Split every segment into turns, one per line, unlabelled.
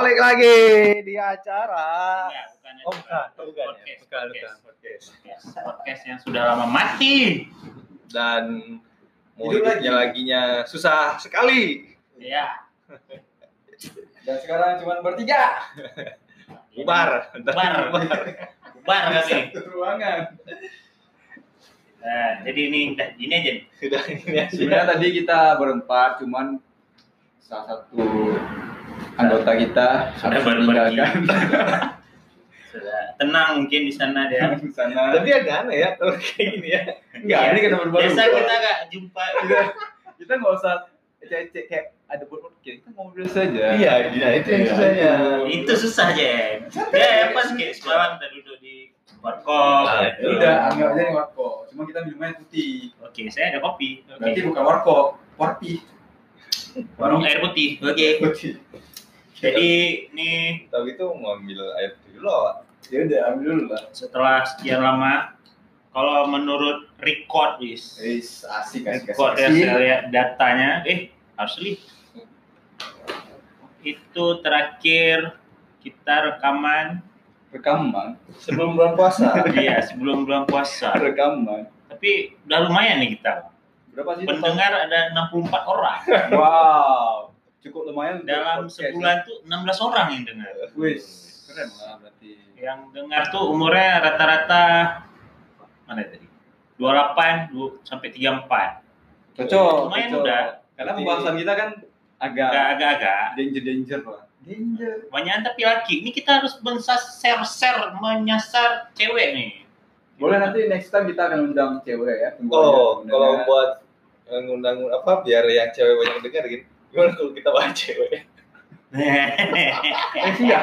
balik lagi di acara.
Ya, bukan
Oh, bukan,
acara.
bukan ya. Bukan,
podcast, podcast,
bukan.
podcast, podcast, podcast yang sudah lama mati.
Dan mau
Hidup
hidupnya laginya susah sekali.
Ya.
Dan sekarang cuma bertiga.
Bubar. Ntar
Bubar.
bubar.
Bubar kami.
Satu ruangan.
Nah, jadi ini udah gini aja nih.
Sudah ini ya. aja.
Sebenarnya tadi kita berempat, cuman salah satu anggota kita
Sudah
harus
baru
meninggalkan
Sudah tenang mungkin di sana ya.
di sana.
Tapi agak aneh ya kalau kayak gini ya.
Enggak, ini kenapa baru?
Biasa kita nggak jumpa.
kita kita nggak usah cek-cek kayak ada buat kita ngobrol saja.
Iya, iya, itu yang
Iya,
susahnya.
Itu susah aja. Ya, pas kayak semalam kita duduk di warkop.
Ah,
gitu.
Tidak, anggap aja ini warkop. Cuma kita minumnya putih.
Oke, saya ada kopi.
Berarti
Oke.
bukan warkop, warpi.
Warung air putih. Oke.
putih.
Jadi ini
Tapi itu mau ambil air dulu loh.
Ya udah, ambil dulu lah.
setelah sekian lama kalau menurut record is
Eh, asik asik
record ya saya lihat datanya eh harus lihat itu terakhir kita rekaman
Rekaman,
Sebelum bulan puasa.
dia sebelum bulan puasa
rekaman.
tapi udah lumayan nih kita
Berapa sih? total?
pendengar ada 64 orang
Wow, cukup lumayan untuk
dalam
podcast,
sebulan tuh 16 orang yang dengar
ya. Wis, keren lah berarti.
yang dengar tuh umurnya rata-rata mana tadi 28 du- sampai 34
Cocok.
Lumayan
cocok.
udah.
Karena pembahasan kita kan agak
agak-agak
danger danger lah. Danger.
banyak tapi laki ini kita harus share share menyasar cewek nih
Boleh nanti next time kita akan undang cewek ya.
Oh,
Undang-
kalau
undang-
buat ngundang apa biar yang cewek banyak dengar gitu. Gimana kalau kita bahas cewek?
eh, iya.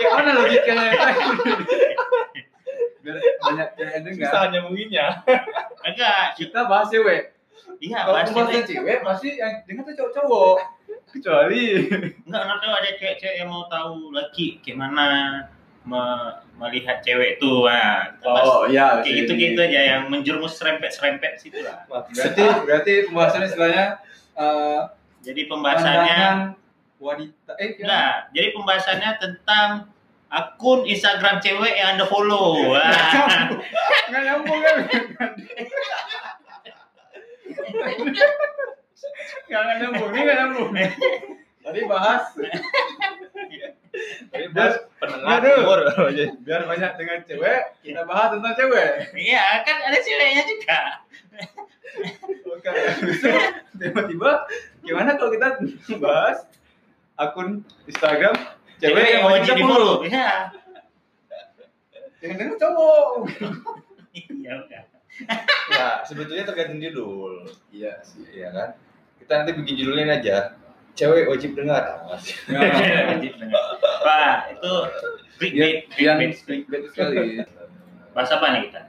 Kayak mana logikanya? Biar banyak cewek yang dengar.
Susah nyambunginnya.
agak
Kita bahas cewek.
iya
Kalau
pasti
pembahasan cewek pasti yang dengar tuh cowok-cowok. Kecuali
enggak enggak tahu ada cewek-cewek yang mau tahu laki gimana me- melihat cewek tuh nah, kita bahas
iya.
kayak gitu gitu aja yang menjerumus serempet serempet situ lah
Berarti berarti pembahasannya istilahnya eh,
jadi pembahasannya
pandangan wanita eh gimana?
enggak jadi pembahasannya tentang akun Instagram cewek yang anda follow Wah.
nggak nyambung kan nggak nggak nyambung ini nggak nyambung tadi bahas
Tapi
biar
pendengar
Aduh.
umur.
biar banyak dengan cewek kita bahas tentang cewek
iya kan ada ceweknya juga
bukan Justru, tiba-tiba gimana kalau kita bahas akun Instagram cewek yang wajib di follow
Iya.
yang denger cowok
Iya udah.
Nah, sebetulnya tergantung judul.
iya sih
Iya kan? Kita nanti bikin judulnya aja. Cewek wajib dengar.
Iya, Pak, itu
Iya,
clickbait,
yang
clickbait, clickbait.
clickbait sekali
Bahas apa nih kita?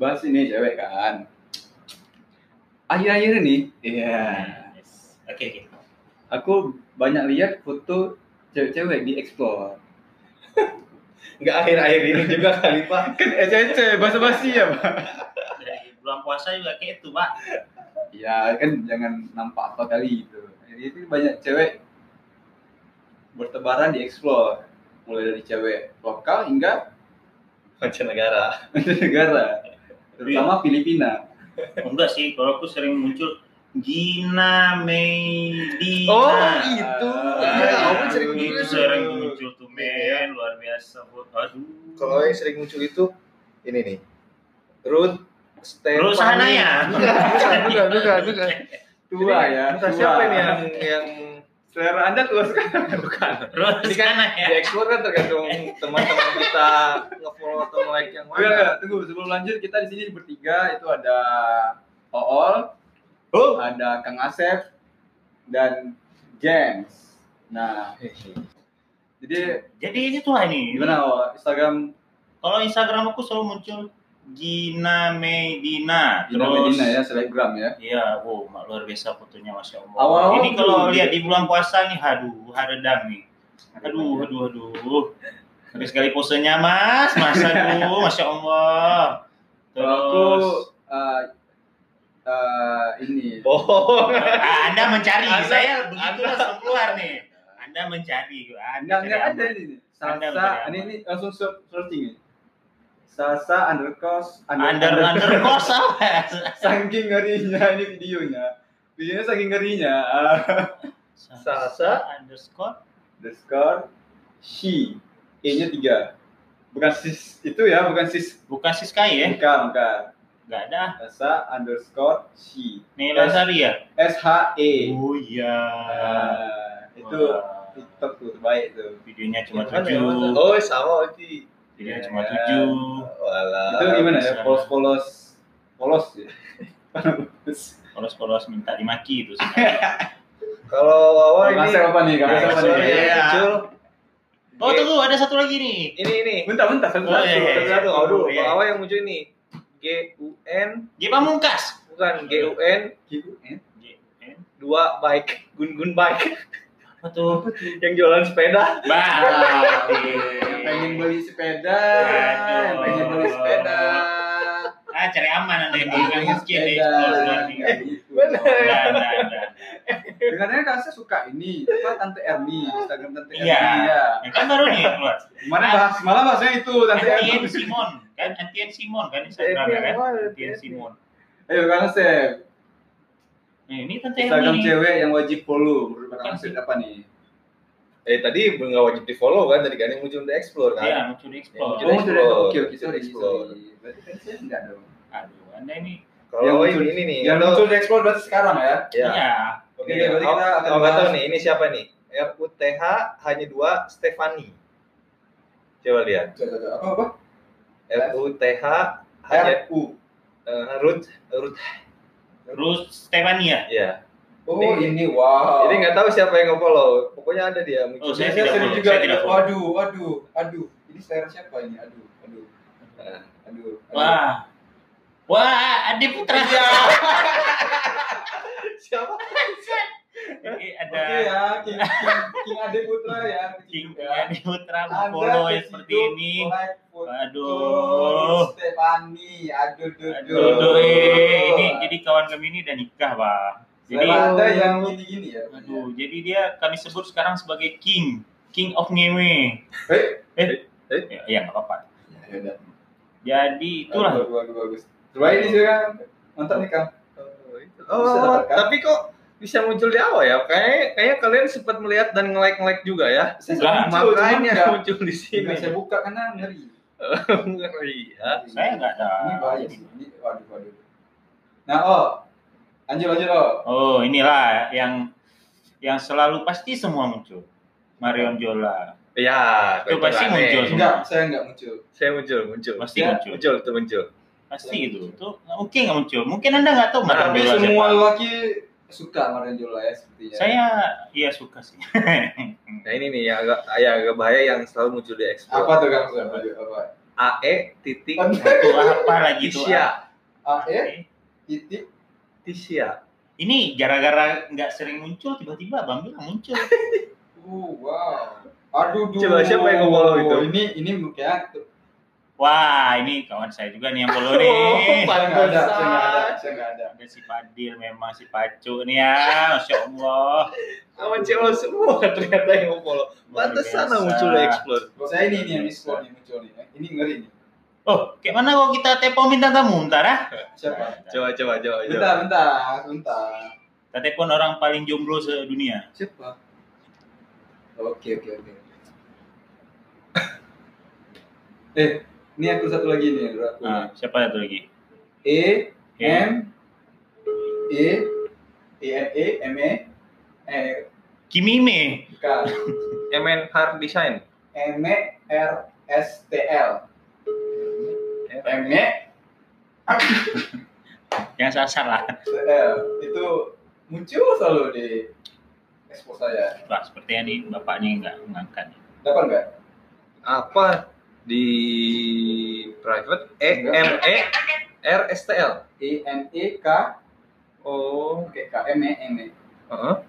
bahas ini cewek kan akhir-akhir ini iya
Nah, Yes. Oke, oke.
aku banyak lihat foto cewek-cewek di explore
Enggak akhir-akhir ini juga kali, Pak.
kan ece basa-basi ya pak
Dari bulan puasa juga kayak itu, Pak.
ya kan jangan nampak apa kali gitu jadi itu banyak cewek bertebaran di explore mulai dari cewek lokal hingga
Mancanegara.
negara
Iya.
terutama Filipina
Enggak sih, kalau aku sering muncul Gina Meidina.
Oh, Iya,
Ah,
aku sering
itu
muncul.
sering muncul tuh, men. Luar biasa. Bu. Aduh.
Kalau yang sering muncul itu ini nih. Ruth Stefani.
Ruth Sahanaya.
Bukan, bukan, bukan, bukan, bukan.
tua ya
Entah
tua.
siapa ini yang yang
selera anda tua sekali
bukan.
Terus
Ini kan
sana
di
ya.
explore kan tergantung teman-teman kita nge-follow atau like yang
Enggak, enggak,
mana.
tunggu sebelum lanjut kita di sini bertiga itu ada Ool,
Oh.
ada Kang Asep dan James. Nah, jadi
Jadi itulah ini.
gimana Ool? Instagram
Kalau Instagram aku selalu muncul Gina Medina.
Gina
Terus
Medina ya, selebgram ya.
Iya, wow, mak luar biasa fotonya Masya Allah.
Awal-awal
ini kalau
dulu.
lihat di bulan puasa nih, aduh, haredam nih.
ya.
Aduh, aduh, aduh. Tapi sekali posenya mas, mas, aduh, Masya Allah.
Kalau aku
Terus,
eh, eh, ini
Bohong.
ah, Anda mencari,
Anda-
saya begitu langsung keluar nih. Anda mencari, Anda
Enggak, enggak
mencari
ada
aman.
ini.
Anda mencari
Sasa, ini,
aman.
ini langsung search- searching ya. Sasa undercost,
Under under kos apa?
saking ngerinya ini videonya. Videonya saking ngerinya.
Sasa.
underscore
underscore she. E-nya tiga. Bukan sis itu ya, bukan sis.
bukan Siska ya?
Bukan, bukan.
Enggak ada.
Sasa underscore she.
Nela
S-
Sari ya?
S-H-E.
Oh iya.
Ah, itu
Wah.
TikTok tuh terbaik tuh.
videonya cuma
Gimana ya,
tujuh.
Oh, sama Oji.
Videonya cuma
Ya.
tujuh.
Walah.
itu gimana ya?
bisa.
Polos polos polos ya. Polos.
Polos-polos minta dimaki itu sih.
Kalau
Oh,
Oh,
Wawa ini.
Kamasnya kapan nih? Kamasnya
Nah,
kapan
sorry,
nih?
Iya.
Jul.
Oh tunggu ada satu lagi nih.
Ini ini.
Bentar, bentar, satu
Oh, iya, iya,
Satu
iya.
satu. Aduh,
Iya.
Wawa yang muncul ini. G U N
G Pamungkas.
bukan G U N
Gitu, eh.
dua bike gun gun bike
Apa tuh?
yang jualan sepeda.
Bah. Ah, iya.
Yang pengen beli sepeda,
Aduh.
yang pengen beli sepeda.
Ah cari aman anda yang bukan miskin deh.
Kayak gitu.
Bener.
Nah, nah, nah.
Dengarnya Kasa suka ini, apa Tante Erni, Instagram Tante Erni
Iya.
ya.
Yang kan baru nih keluar.
Kemarin bahas malah bahasnya itu Tante Erni.
Antien Simon kan Antien Simon kan Instagramnya kan Antien Simon.
Ayo Kang Asep,
Nah ini tante
Instagram
Erni.
cewek yang wajib follow menurut Kang Asep apa nih?
Eh tadi nggak wajib di follow kan tadi kan yang muncul di explore kan.
Iya muncul di
Yang
explore.
muncul-
Oh, sudah
explore.
oke oke sorry
Explore.
sorry. Berarti Kang Asep enggak dong. Iya,
Aduh anda ini.
Yang
Kalau Wawa
muncul-
ini ini nih.
Yang
kalau-
muncul di explore berarti sekarang ya.
Ya.
Iya.
Oke,
Oke, berarti kita akan
nggak tahu
bahas-
nih ini siapa nih? RUTH hanya dua Stefani. Coba lihat.
Tuh, tuh, tuh. Apa apa?
RUTH hanya
R U.
eh, Ruth Ruth
Terus Stefania.
ya.
Oh ini wow.
Jadi nggak tahu siapa yang nge-follow. Pokoknya ada dia
Oh,
muncul.
saya tidak
Saya, sering
follow,
juga.
saya tidak follow.
waduh, waduh, aduh. Ini selera siapa ini? Aduh, aduh,
Nah,
aduh. aduh.
Wah. Wah, Adi Putra.
Iya.
siapa?
Jadi
Oke
ada
ya, King, King, King Ade Putra ya.
King
ya.
Adi Putra
Anda
follow
kesidup,
seperti ini.
like foto
Aduh.
Stefani, aduh, aduh,
Aduh, aduh, eh. ini jadi kawan kami ini udah nikah, Pak. Jadi
Selera Anda yang ini gini ya.
aduh, jadi dia kami sebut sekarang sebagai King, King of Ngewe.
Eh,
Ya, ya nggak apa-apa.
ya udah.
Jadi itulah.
Bagus, bagus, bagus. Coba ini sih kan. Mantap nih Kang.
Oh, tapi kok bisa muncul di awal ya? Kayaknya kayaknya kalian sempat melihat dan nge-like nge-like juga ya.
Lah,
muncul, cuman nggak-
Makanya muncul di sini.
nggak saya buka karena ngeri.
Iya.
Saya nggak ada.
Ini bahaya sih. Ini waduh waduh. Nah, oh. Lanjut lanjut, oh.
Oh, inilah yang yang selalu pasti semua muncul. Marion Jola.
Ya,
Itu pasti
aneh.
muncul.
Enggak, saya enggak muncul.
Saya muncul, muncul.
Pasti
Ya,
muncul.
Muncul tuh muncul.
Pasti itu. Itu mungkin nggak muncul. Mungkin Anda nggak tahu Marion
Tapi
Jola siapa.
semua lelaki suka Marion Jola ya sepertinya.
Saya iya suka sih.
Nah ini nih yang agak yang agak bahaya yang selalu muncul di
apa
explore.
tuh Kang? Apa? Apa?
AE titik
Itu apa Gitu, lagi tuh?
Tisha.
A
Eh?
E titik
Tisha.
Ini gara-gara nggak sering muncul, tiba-tiba Bang bilang muncul.
Uh, wow. Aduh, duh.
Coba, siapa yang nge-follow itu?
Ini ini ya. kayak
Wah, ini kawan saya juga nih yang follow
Oh,
nih.
Pak.
saya nggak ada, saya nggak ada,
Pantesan.
saya nggak ada.
Ada si Padil memang si Pacu nih ya, Masya Allah.
Sama cewek semua ternyata yang mau follow. Pantesan lah muncul di explore.
Kalau saya ini nih yang explore nih muncul nih. Ini ngeri nih.
Oh, kayak mana kalau kita telepon minta tamu ntar ah?
Siapa?
Coba coba coba. coba.
Bentar, bentar, bentar.
Kita telepon orang paling jomblo sedunia.
Siapa? Oke, oke, oke. eh, ini aku satu lagi nih, Bro. Aku.
Ah, siapa satu lagi?
E
Eh,
M E E N E M E eh
Kimime.
K
MN Hard Design.
M E R S T L M E
Yang sasar lah.
T L itu muncul selalu di ekspor saya.
Wah, sepertinya nih bapaknya nggak mengangkat.
Dapat nggak?
Apa di private E M E R S T L.
E N E K
Oh.
oke K M E M E
heeh.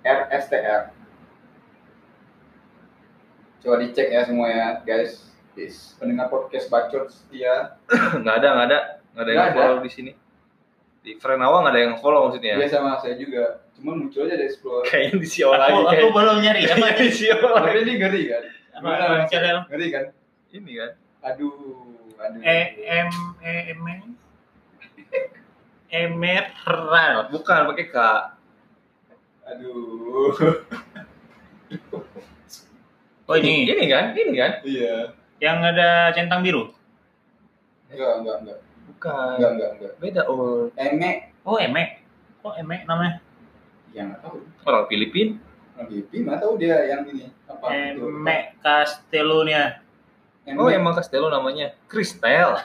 R S T L. Coba dicek ya semua ya guys. Yes. Pendengar podcast bacot setia.
Nggak ada nggak ada nggak ada yang
Nggak ada.
follow di sini. Di friend awal nggak ada yang follow
Iya
maksudnya.
sama saya juga. Cuman muncul aja di explore.
Kayaknya di Sio lagi
Aku, aku
kayak.
belum nyari apa
Kayaknya di Sio lagi.
Tapi ini ngeri kan? Gimana,
apa
Mas?
channel
Ngeri kan?
Ini kan.
Aduh, aduh.
E
eh.
M E M Emerald.
Bukan pakai K.
Aduh.
Oh ini
Ini kan? Ini kan?
iya.
yang ada centang biru.
Enggak, enggak, enggak.
Bukan.
Enggak, enggak, enggak.
Beda oh.
Emek.
Oh Emek. Oh Emek namanya.
Ya enggak tahu.
Orang Filipin.
Orang Bibi mana tahu dia yang ini apa itu?
Emek E Castellonia.
Emek.
Oh emang Castello namanya. Kristel.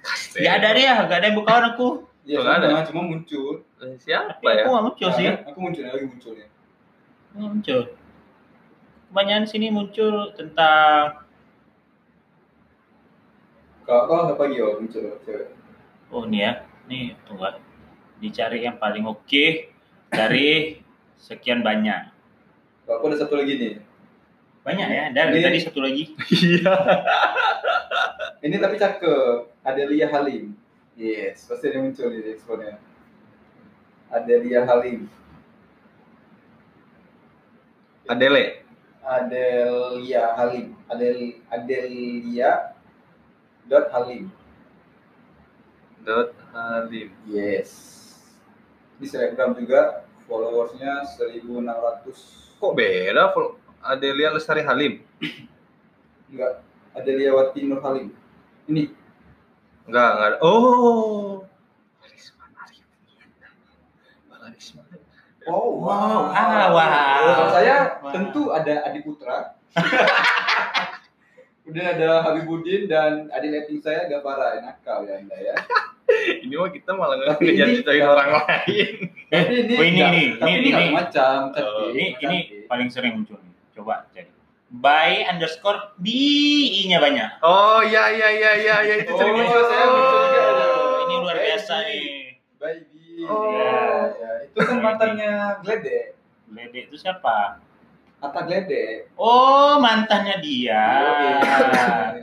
Castello.
Ya ada dia, gak ada yang bukaan aku.
Iya,
Nggak ada.
sama, cuma muncul.
Eh,
Tapi
Siapa ya?
aku gak muncul sih.
Nah, Aku muncul lagi munculnya.
Nggak muncul. Kebanyakan sini muncul tentang
Kalau kau apa Gio muncul? Cewek.
oh ini ya, nih tunggu dicari yang paling oke dari sekian banyak.
Kalau aku ada satu lagi nih.
Banyak ya, dari
Ini-
tadi satu lagi.
Iya.
Ini tapi cakep. Adelia Halim. Yes, pasti dia muncul di eksponnya. Adelia Halim.
Adele.
Adelia Halim. Adel Adelia dot Halim.
Dot Halim.
Yes. Di Instagram juga followersnya 1600.
Kok beda? Fol- Adelia Lestari Halim.
Enggak. Adelia Wati Nur Halim. Ini
Enggak, enggak ada. Oh. Risma Arya Winata. Bang Risma.
Wow,
Wow, ah, wow.
Kalau saya
Wow.
tentu ada Adi Putra. Kemudian ada Habibudin dan adik letting saya Gavara nakal ya Anda ya.
Ini mah kita malah
Tapi ini-
ngejar-ngejarin orang lain.
Tapi ini
Oh, ini,
nggak-
ini,
tapi
ini,
ini nggak
ini.
macam
Oh,
Ini
cantik,
ini
cantik.
paling sering muncul. nih. Coba cari. By underscore bi-nya banyak.
Oh, iya iya iya iya ya, itu
Oh,
sering muncul saya
saya
muncul juga.
muncul.
Ini luar
Baby.
biasa nih.
Baby.
Oh.
Ya, ya. Itu kan mantannya Glede,
Lede itu siapa?
Atta Glede.
Oh, mantannya dia.
Oh,
Iya.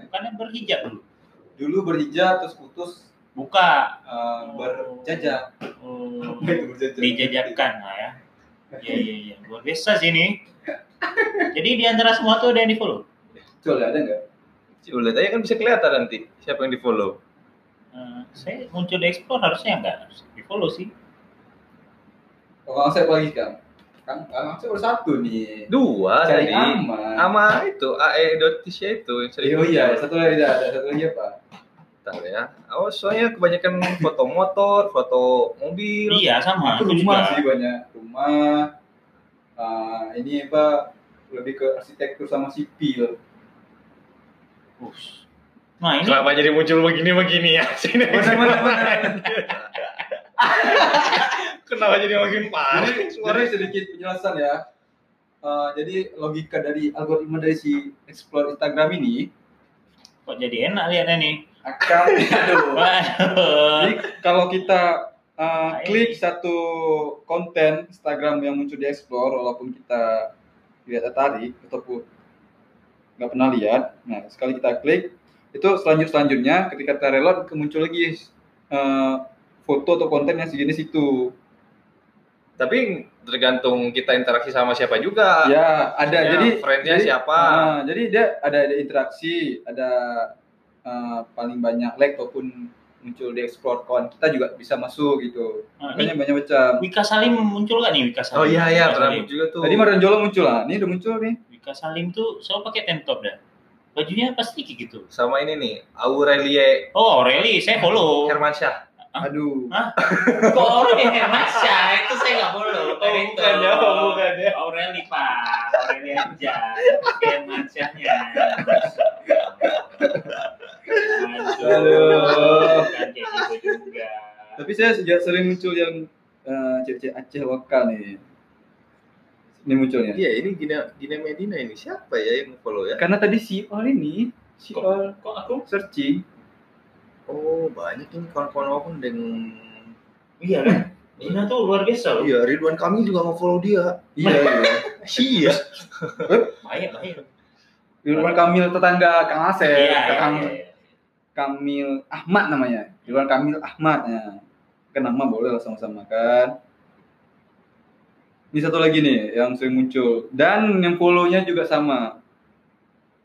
Bukannya berhijab dulu.
Dulu berhijab terus putus
Buka.
uh, berjajak.
Oh,
Apa itu berjajak?
dijajakan lah ya. Iya, iya, iya. Luar biasa sih ini. Jadi di antara semua tuh ada yang di follow.
Betul ada nggak?
Coba lihat aja kan bisa kelihatan nanti siapa yang di-follow.
Eh, saya muncul di explore harusnya nggak harus di follow sih.
Kalau saya lagi kan. Kang, Kang saya baru satu nih.
Dua
Cari
tadi.
aman.
Sama itu AE Dotisya ya itu yang sering.
Iya, oh iya,
muncul.
satu lagi ada, ada satu lagi apa?
Bentar ya. Oh, soalnya kebanyakan foto motor, foto mobil.
Iya, sama.
Aku
Aku
rumah
juga.
sih banyak, rumah. ah, ini apa? Lebih ke arsitektur sama sipil.
Ush. Nah, ini
Kenapa jadi muncul begini-begini ya? Sini. Kenapa jadi makin
Jadi, jadi sedikit penjelasan ya. Ah, jadi logika dari algoritma dari si explore Instagram ini
kok jadi enak lihatnya nih.
akan aduh.
Waduh.
Jadi kalau kita ah,
Nah,
klik
ini.
satu konten Instagram yang muncul di explore walaupun kita tidak tertarik ataupun nggak pernah lihat. Nah, sekali kita klik itu selanjut selanjutnya ketika kita reload ke- muncul lagi eh, foto atau konten yang sejenis itu.
Tapi tergantung kita interaksi sama siapa juga.
ya, ada.
Ah, Maksudnya
Jadi
friendnya
jadi-
siapa?
Ah, jadi dia ada, ada interaksi, ada eh, paling banyak like ataupun muncul di explore kawan kita juga bisa masuk gitu.
Nah, ini
Makanya banyak macam.
Wika Salim muncul gak nih Wika Salim?
Oh iya iya,
Wika
pernah
Salim.
juga tuh.
Gitu. Tadi Mardan Jolo muncul lah. Ini udah muncul nih.
Wika Salim tuh selalu pakai tank top dah. Bajunya pasti kayak gitu.
sama ini nih, Aurelie
Oh Aureli, saya follow.
Hermansyah.
Hah?
Aduh.
Kok Aureli Hermansyah? Itu saya nggak follow. Tadi itu.
bukan ya, oh, bukan ya.
Aureli Pak, Aureli aja. Hermansyahnya.
Aduh.
Kan kayak gitu juga.
Tapi saya sejak sering muncul yang eh, cewek-cewek Aceh lokal nih. Ini munculnya.
Iya, ini Gina Gina Medina ini siapa ya yang follow ya?
Karena tadi si Ol ini, si
Kok-
Ol
Kok aku?
searching.
Oh, banyak ini kawan-kawan aku dengan
Iya kan? Dina tuh luar biasa loh.
Iya, Ridwan Kamil juga nge-follow dia.
Iya,
Iya.
iya.
Bahaya, bahaya.
Ridwan Kamil tetangga Kang
Eh,
Asep,
Iya, iya,
Kang
iya.
Kamil Ahmad namanya. Ridwan Kamil Ahmad. Ya. kan nama boleh lah sama-sama kan ini satu lagi nih yang sering muncul dan yang follow-nya juga sama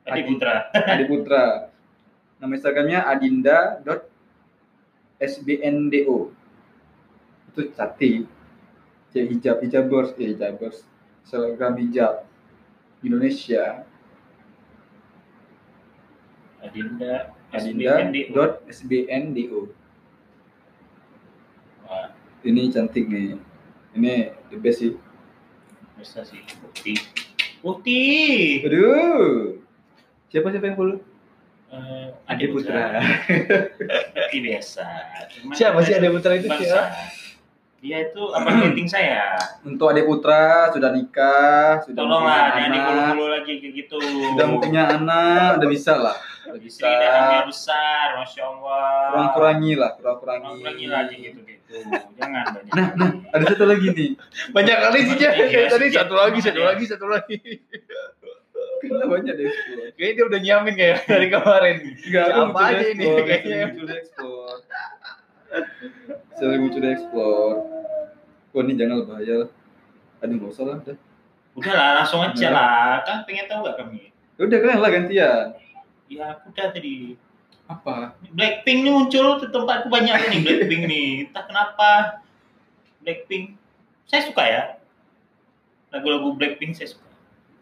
Adi Putra.
Adi Putra nama instagramnya adinda.sbndo itu cati ya hijab hijabers ya hijabers selebgram hijab Indonesia
Adinda. kan SBNDO.
adinda.sbndo
Wah,
ini cantik nih ini the best sih
bisa sih. Bukti. Bukti.
aduh siapa siapa yang follow
Eh,
Adi Putra.
Seperti biasa. Cuman
Siapa sih Adi Putra
ya.
itu
bangsa.
siapa?
Dia itu apa dating saya?
untuk Ade Putra sudah nikah sudah
Tolonglah,
punya
jangan
anak,
dikulu-kulu lagi kayak gitu.
sudah mau punya anak udah bisa lah udah
Istri
bisa
dan hamil besar, masya Allah.
kurang kurangi lah kurang kurangi
Kurang-kurangi lagi gitu-gitu. gitu, Jangan banyak.
nah nah ada satu lagi nih
Banyak kali sih
Iya,
Jack.
iya,
Tadi
sih,
satu
Jack.
lagi, satu
Makanya.
lagi, satu lagi.
kayaknya banyak deh explore
Kayaknya dia udah nyiamin kayak dari kemarin.
Enggak, aku
Apa
muncul di
aja ini
explore,
kayaknya.
sering muncul di explore sering muncul di explore wah ini jangan lah, bahaya lah aduh nggak usah lah udah
Udah lah, langsung aja
Nah.
lah. Kan pengen tahu gak kami?
Ya udah kalian lah gantian
Ya udah tadi.
apa
Blackpink nih muncul di tempatku banyak nih Blackpink nih. Entah kenapa Blackpink. Saya suka ya. Lagu-lagu Blackpink saya suka.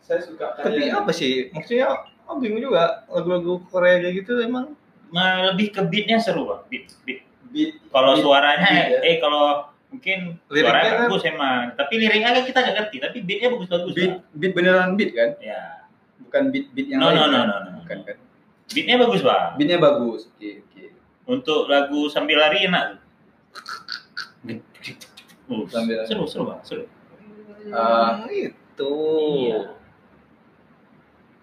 saya suka
Tapi apa sih? Maksudnya aku bingung juga lagu-lagu Korea kayak gitu emang
Nah, lebih ke beatnya seru bang. Beat, beat.
beat
Kalau
Beat,
suaranya,
beat ya.
eh kalau mungkin
Liriknya
suaranya
kan-
bagus emang. Tapi liriknya kan kita nggak ngerti. Tapi beatnya bagus-bagus.
beat
Bang.
beat beneran beat kan
Ya.
bukan beat beat yang
No,
lain
no, no,
kan?
no, no, no.
bukan kan
Beatnya bagus bang.
beatnya bagus oke oke
Untuk lagu sambil lari enak. Uh,
Sambil lari.
seru, seru bang, seru.
Ah.
Hmm, itu.
Oh.
Iya.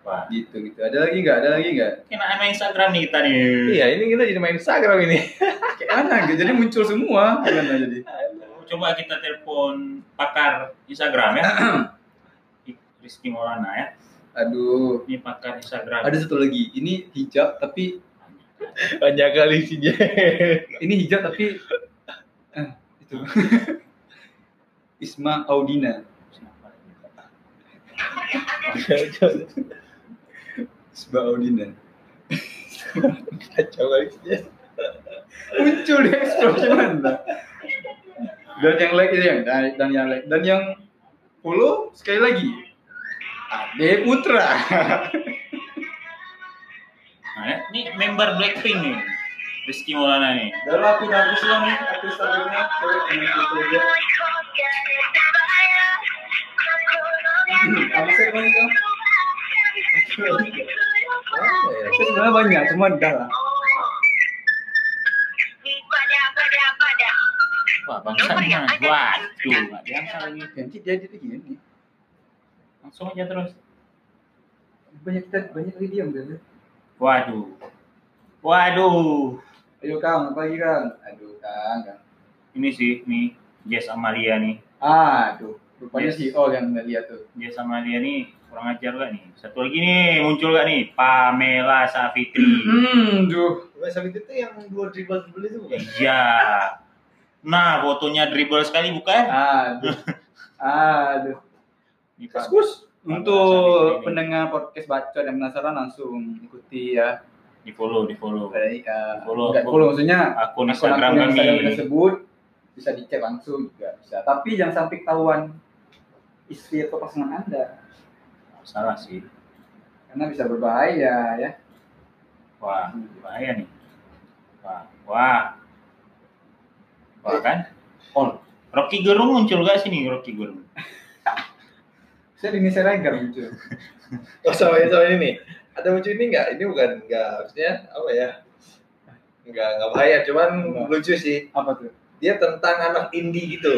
Wah,
gitu gitu ada lagi nggak ada lagi nggak
kenaan main Instagram nih kita nih.
Iya, ini kita jadi main Instagram ini.
kayak mana gitu jadi muncul semua gimana jadi
Coba kita telepon pakar Instagram ya. Rizky Maulana ya.
aduh
Ini pakar Instagram.
ada satu lagi ini hijab tapi
Banyak kali sih Jack.
ini hijab tapi eh, itu Isma Audina
Siapa ini?
Isma Audina
Kacau kali sih Jack.
muncul di explore gimana dan yang like itu yang dan, dan yang like dan yang follow sekali lagi Ade Putra
Nah, ya. ini member Blackpink nih. Rizky Maulana nih.
Dalam aku udah hapus lah nih, aku Instagramnya cewek dengan itu aja. Hmm, Apa sih emang itu?
Apa ya?
Saya sebenarnya banyak, cuma udah lah.
Wah, bangsa nih. Bang. Waduh, nggak diangkat lagi.
Nanti dia jadi gini.
Langsung aja terus.
Banyak kita banyak lagi diam kan?
Waduh. Waduh.
Ayo Kang, apa lagi Kang? Aduh Kang, Kang.
Ini sih, nih. Jess Amalia nih.
Aduh, rupanya
Yes.
si Ol yang nggak lihat tuh.
Jess Amalia nih kurang ajar gak nih? Satu lagi nih, muncul gak nih? Pamela Savitri.
Hmm, duh.
Bahasa itu tuh yang dua dribble dribble itu bukan?
Iya. Nah, fotonya dribble sekali ya. bukan?
Aduh. Aduh.
Ini Pak.
Kus.
Sampai
Untuk
sini.
pendengar podcast bacot yang penasaran langsung ikuti ya.
Di follow, di follow.
Baik, eh,
Follow,
nggak
follow.
follow maksudnya
Akun
akun-akun
Instagram
yang
kami.
Instagram kita sebut bisa dicek langsung juga bisa. Tapi jangan sampai ketahuan istri atau pasangan Anda
Salah sih.
karena bisa berbahaya ya.
Wah, bahaya nih. Wah, wah. Wah kan? On. Rocky Gerung muncul gak sih nih Rocky Gerung?
Saya di Indonesia Regar muncul.
Oh sama ini sama ini nih. Ada lucu ini nggak? Ini bukan nggak harusnya apa ya? Nggak nggak bahaya, cuman
Nggak.
lucu sih.
Apa tuh?
Dia tentang anak indie gitu.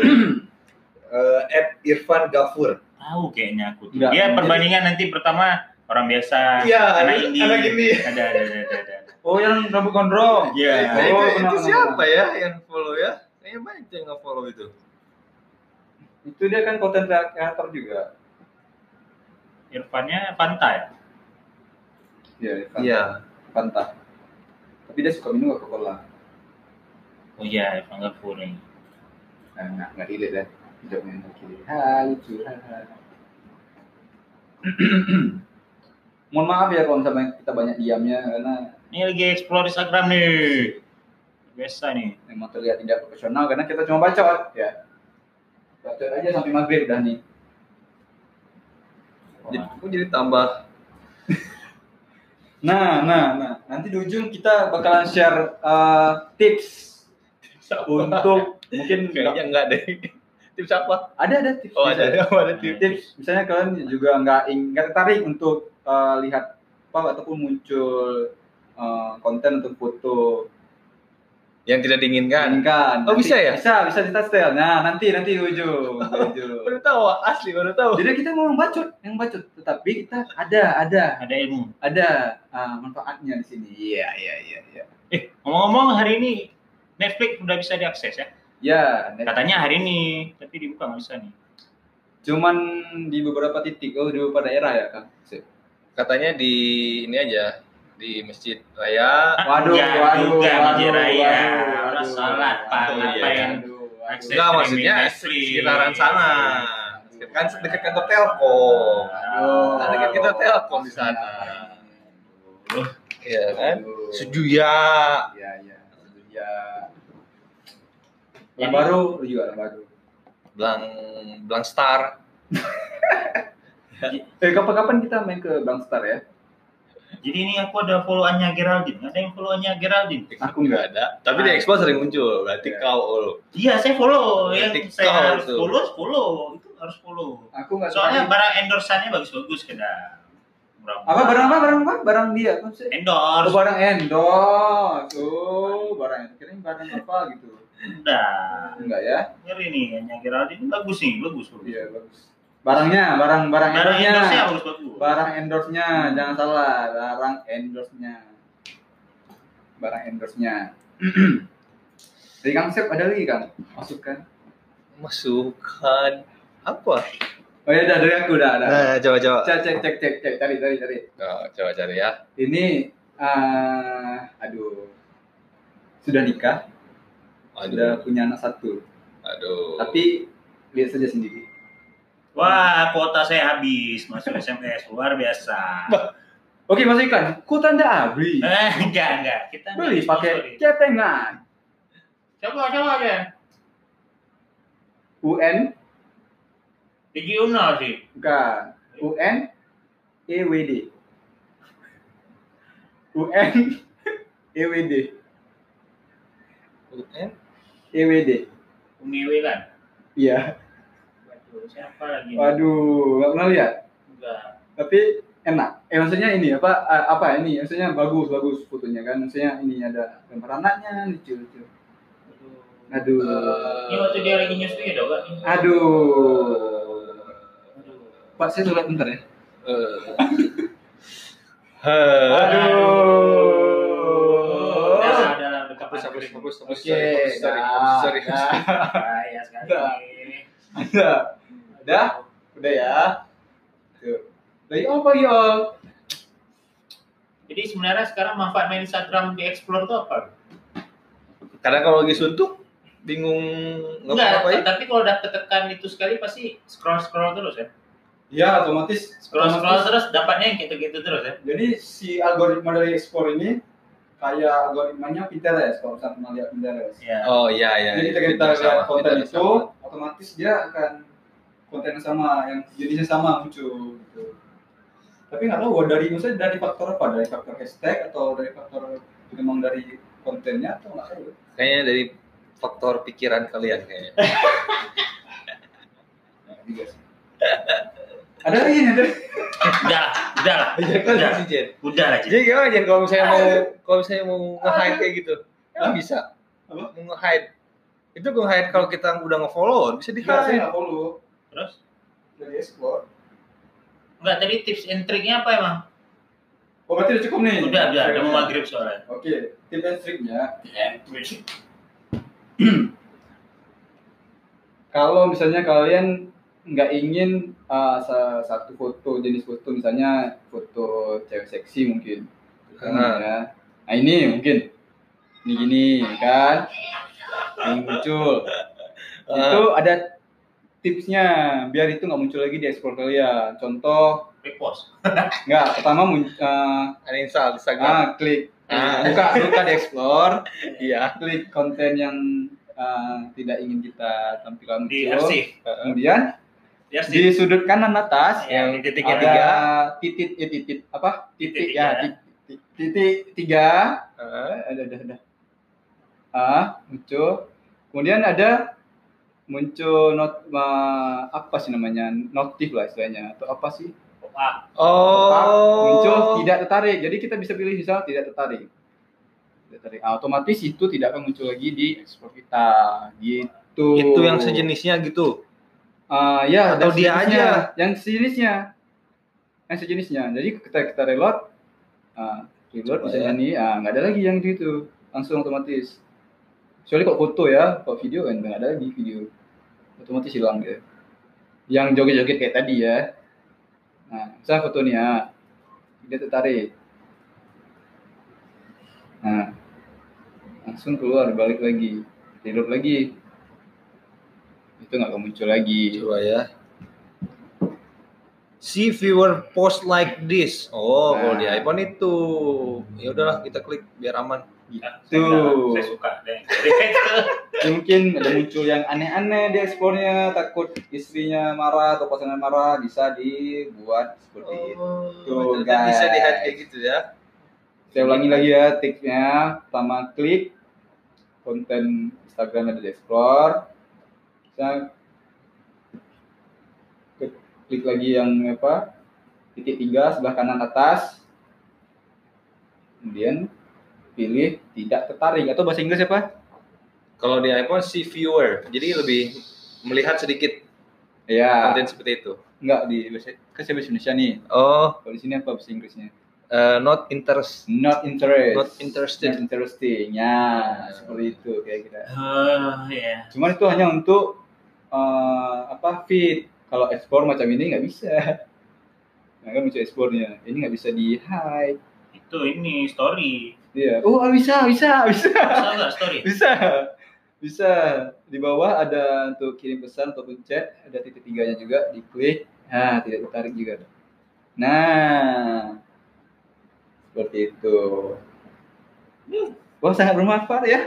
Eh, Ed Irfan Gafur.
Tahu kayaknya aku tuh.
Nggak,
Dia
jadi-
perbandingan nanti pertama orang biasa,
Iya,
anak
anak-
ini,
anak indie.
Ada, ada, ada, ada, ada.
Oh yang rambut gondrong.
Iya.
Nah,
Oh,
itu,
kenal,
itu
kenal,
siapa ya yang follow ya? Kayaknya banyak yang nggak follow itu.
Itu dia kan konten kreator juga.
Irfannya ya? pantai.
Iya. Irfan.
Iya.
Pantah. Tapi dia suka minum Coca-Cola.
Oh iya, Irfan Gafur nih.
Nah, nggak nggak relate dan hidupnya yang kiri. Ha, lucu. ha, ha. Mohon maaf ya kalau misalnya kita banyak diamnya karena
Ini lagi explore Instagram nih. Biasa nih.
memang terlihat tidak profesional karena kita cuma bacot ya. Bacot aja sampai maghrib udah nih.
Jadi, aku jadi tambah
Nah, nah, nah. Nanti di ujung kita bakalan share eh, tips untuk mungkin
kayaknya enggak deh. Tips apa?
ada ada tips.
Oh ada,
misalnya.
oh, ada tips.
tips misalnya kalian juga nggak ing- nggak tertarik untuk eh, lihat apa ataupun muncul eh, konten untuk foto
Yang tidak diinginkan.
kan
Oh, bisa ya?
bisa bisa kita setel nah nanti nanti di ujung di ujung.
Baru tahu, asli baru tahu.
jadi kita mau bacot yang bacot tetapi kita ada ada
Ada ilmu.
ada ah, manfaatnya di sini iya iya iya iya
Eh, ngomong-ngomong hari ini Netflix udah bisa diakses ya.
ya net-
Katanya hari ini, tapi dibuka nggak bisa nih.
cuman di beberapa titik oh di beberapa daerah ya kang Sip.
Katanya di ini aja di masjid raya.
Waduh,
Enggak
waduh,
juga,
waduh,
Masjid Raya.
waduh,
Orang
waduh.
sholat, Pak.
Waduh,
Apa
iya.
yang...
Waduh,
Akses
Enggak maksudnya
streaming Netflix.
sekitaran sana. Kan dekat kantor Telkom.
Aduh.
Ada kan kita telkom di sana.
Aduh.
Ya
Iya kan?
Aduh.
Sejuya.
Iya, iya. Sejuya. Yang baru lu juga yang baru.
Blang Blang Star.
Eh kapan-kapan kita main ke Bang Star ya?
Jadi ini aku ada followannya Geraldine. Ada yang followannya Geraldine?
Aku
Enggak ada. Tapi di Expo sering muncul. Berarti
Iya.
kau oh, Ul.
Iya, saya follow.
Berarti
Yang
kau
saya harus
tuh.
follow, follow. Itu harus follow.
Aku enggak
Soalnya barang endorsannya bagus-bagus kena.
apa barang apa barang apa? Barang dia apa sih? Oh,
Endorse.
barang endorse. Oh, barang endorse. Kirain barang apa gitu.
Udah.
Enggak ya?
Ngeri nih, hanya Geraldine bagus nih, bagus. bagus.
Iya, bagus. Barangnya, barang barang
Barang endorse-nya
endorse-nya.
bagus-bagus.
Barang endorse-nya, jangan salah, barang endorse-nya. Barang endorse-nya. Dari Kang Sep ada lagi Kang? kan? Masukkan.
Masukan apa?
Oh ya udah dari aku udah ada.
Nah, coba coba.
Cek cek cek cek cek cari cari cari.
Nah, coba cari ya.
Ini ah, aduh sudah nikah,
Aduh.
sudah punya anak satu,
Aduh.
tapi lihat saja sendiri.
Wah, kuota saya habis masuk SMS luar biasa.
Oke masuk iklan. Kuota anda beli,
Eh, enggak, enggak. Kita enggak
beli pakai
disponsori.
cetengan
Coba, coba aja.
UN
Digi Uno sih.
bukan UN EWD UN EWD
UN
EWD
Umi Wilan.
E iya
Waduh, Siapa lagi?
waduh nggak pernah lihat
Enggak.
tapi enak eh maksudnya ini apa eh, apa ini maksudnya bagus bagus fotonya kan maksudnya ini ada gambar anaknya lucu lucu aduh
Eh.
Ini waktu dia lagi nyusui ada enggak?
aduh pak saya surat bentar ya
Eh.
Aduh.
Udah, udah, udah, udah,
Hapus,
Iya, kapan?
hapus, hapus, hapus.
Oke,
Sorry, hapus, sorry,
Nah,
hapus, sorry.
Bahaya Iya, sekali.
Udah. udah Udah? udah ya Tuh. dari apa ya
Jadi sebenarnya sekarang manfaat main Instagram di explore itu apa?
Kadang kalau lagi suntuk, bingung ya?
Enggak,
ngapain.
tapi kalau udah ketekan itu sekali pasti scroll-scroll terus ya.
ya otomatis
Scroll-scroll terus
otomatis.
dapatnya yang gitu-gitu terus ya.
jadi si algoritma dari ekspor ini kayak algoritmanya Pinterest kalau misalnya pernah lihat Pinterest
Iya.
Oh iya iya.
Jadi
iya.
ketika kita
Sama,
lihat konten
kita
itu,
sama.
otomatis dia akan konten yang sama, yang jenisnya sama muncul. Gitu. Tapi nggak tahu dari misalnya dari faktor apa, dari faktor hashtag atau dari faktor memang dari kontennya atau nggak tahu.
kayaknya dari faktor pikiran kalian kayaknya.
Nah, juga sih. ada lagi nih, ada.
Oh, Udah, lah, udah lah.
Iya
Iya, kan,
Udah,
sih, Jen?
udah lah. Jadi.
Jadi gimana Jen kalau misalnya mau kalau misalnya mau nge-hide kayak gitu?
Hah?
Kan bisa.
Apa?
Mau nge-hide. Itu nge-hide kalau kita udah nge-follow Oh, bisa
Nggak, Iya, saya
di-hide.
nggak follow
Terus?
dari explore.
Enggak, tadi tips and triknya apa emang?
Oh berarti udah cukup nih.
Udah, udah, udah mau Iya. maghrib soalnya.
Oke, tip and triknya kalau misalnya kalian nggak ingin uh, sa- satu foto jenis foto misalnya foto cewek seksi mungkin
Ah.
ya. nah ini mungkin ini gini kan yang muncul itu ada tipsnya biar itu nggak muncul lagi di explore kalian. Contoh,
repost
nggak pertama mun- eh,
uninstall Instagram.
ah, klik
Ah.
buka buka di explore,
Iya.
klik konten yang eh, tidak ingin kita tampilkan
di
muncul.
arsip
Kemudian
di Iya, arsip
di sudut kanan atas
Yang titik
Tiga,
ada
ketiga.
titik eh, titik apa? Titik,
Titik
ya,
tiga.
titik, titik- titik tiga
Ah,
ada ada ada ah muncul kemudian ada muncul not ma- apa sih namanya notif lah istilahnya atau apa sih
pop up
Otak
Oh.
muncul tidak tertarik jadi kita bisa pilih misal tidak tertarik tidak tertarik Ah, otomatis itu tidak akan muncul lagi di ekspor kita gitu
Itu yang sejenisnya gitu.
Ah, ya,
Atau
dan
dia
sejenisnya.
aja?
yang sejenisnya. Yang sejenisnya. Jadi kita kita reload ah,
Coba
reload bisa
ya.
ini ah, nggak ada lagi yang itu itu. Langsung otomatis. Kecuali kalau foto ya, kalau video kan nggak ada lagi video. Otomatis hilang dia. Yang joget-joget kayak tadi ya. Nah, saya foto nih ah. Dia tertarik. Nah, langsung keluar balik lagi, reload lagi. Itu nggak akan muncul lagi.
Coba ya. See viewer post like this. Oh, kalau di
Nah.
iPhone itu. Ya udahlah kita klik biar aman.
kan.
Tuh.
saya suka deh
mungkin ada muncul yang aneh-aneh di ekspornya takut istrinya marah atau pasangan marah bisa dibuat seperti itu
Oh,
guys.
bisa di hide kayak gitu ya.
saya ulangi lagi ya tipsnya pertama klik konten Instagram ada di explore saya ke- klik lagi yang apa titik tiga sebelah kanan atas kemudian pilih tidak tertarik atau bahasa Inggris apa
Kalau di iPhone see viewer. Jadi lebih melihat sedikit
ya
konten seperti itu.
enggak di bahasa kan saya bahasa Indonesia nih
Oh,
kalau di sini apa bahasa Inggrisnya
eh, not interest.
Not interest.
Not interested.
Not interesting. Ya, seperti itu kira-kira.
oh ya
Cuman itu hanya untuk eh, apa feed. Kalau ekspor macam ini nggak bisa. Nah, kan muncul ekspornya. Ini nggak bisa di hide.
itu ini story
Iya. Oh, bisa, bisa, bisa.
bisa nggak story
Bisa. Bisa. Di bawah ada untuk kirim pesan ataupun chat, ada titik tiganya juga diklik. Nah, tidak tertarik juga. Nah, seperti itu. Wah, sangat bermanfaat ya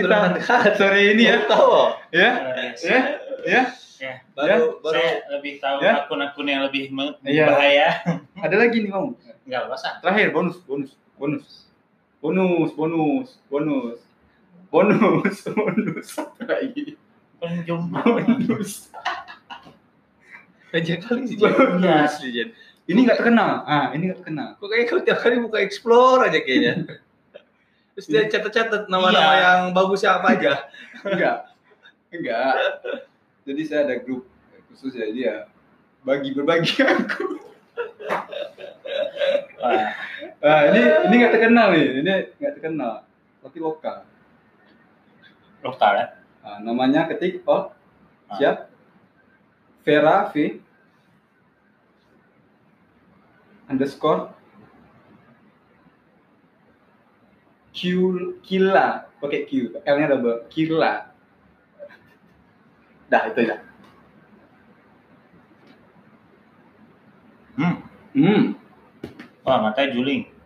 Sangat
kita
bermanfaat.
sore ini ya.
tahu.
Ya,
Luar biasa.
ya, ya.
Iya. Ya.
Baru baru
saya lebih tahu
Ya.
akun-akun yang lebih me-
Iya.
bahaya
Ada lagi nih mau.
nggak usah
Terakhir bonus, bonus, bonus, bonus, bonus, bonus, bonus, bonus. Satu lagi.
penjumpa
Bonus.
aja kali sih. Jen.
Bonus.
Asli, Jen.
Ini nggak terkenal. Ah, ini nggak terkenal.
Kok kayaknya kau tiap kali buka explore aja kayaknya. Terus dia catat-catat nama-nama
Iya.
yang bagus siapa aja.
enggak enggak jadi saya ada grup khusus ya dia bagi berbagi aku
Wah,
ah, ini ini nggak terkenal nih ini nggak terkenal tapi lokal
lokal ya
Ah, namanya ketik oh
Ah.
siap Vera V underscore Q Kila pakai Q L nya double Kila dah itu aja
hmm
hmm
wah mata juling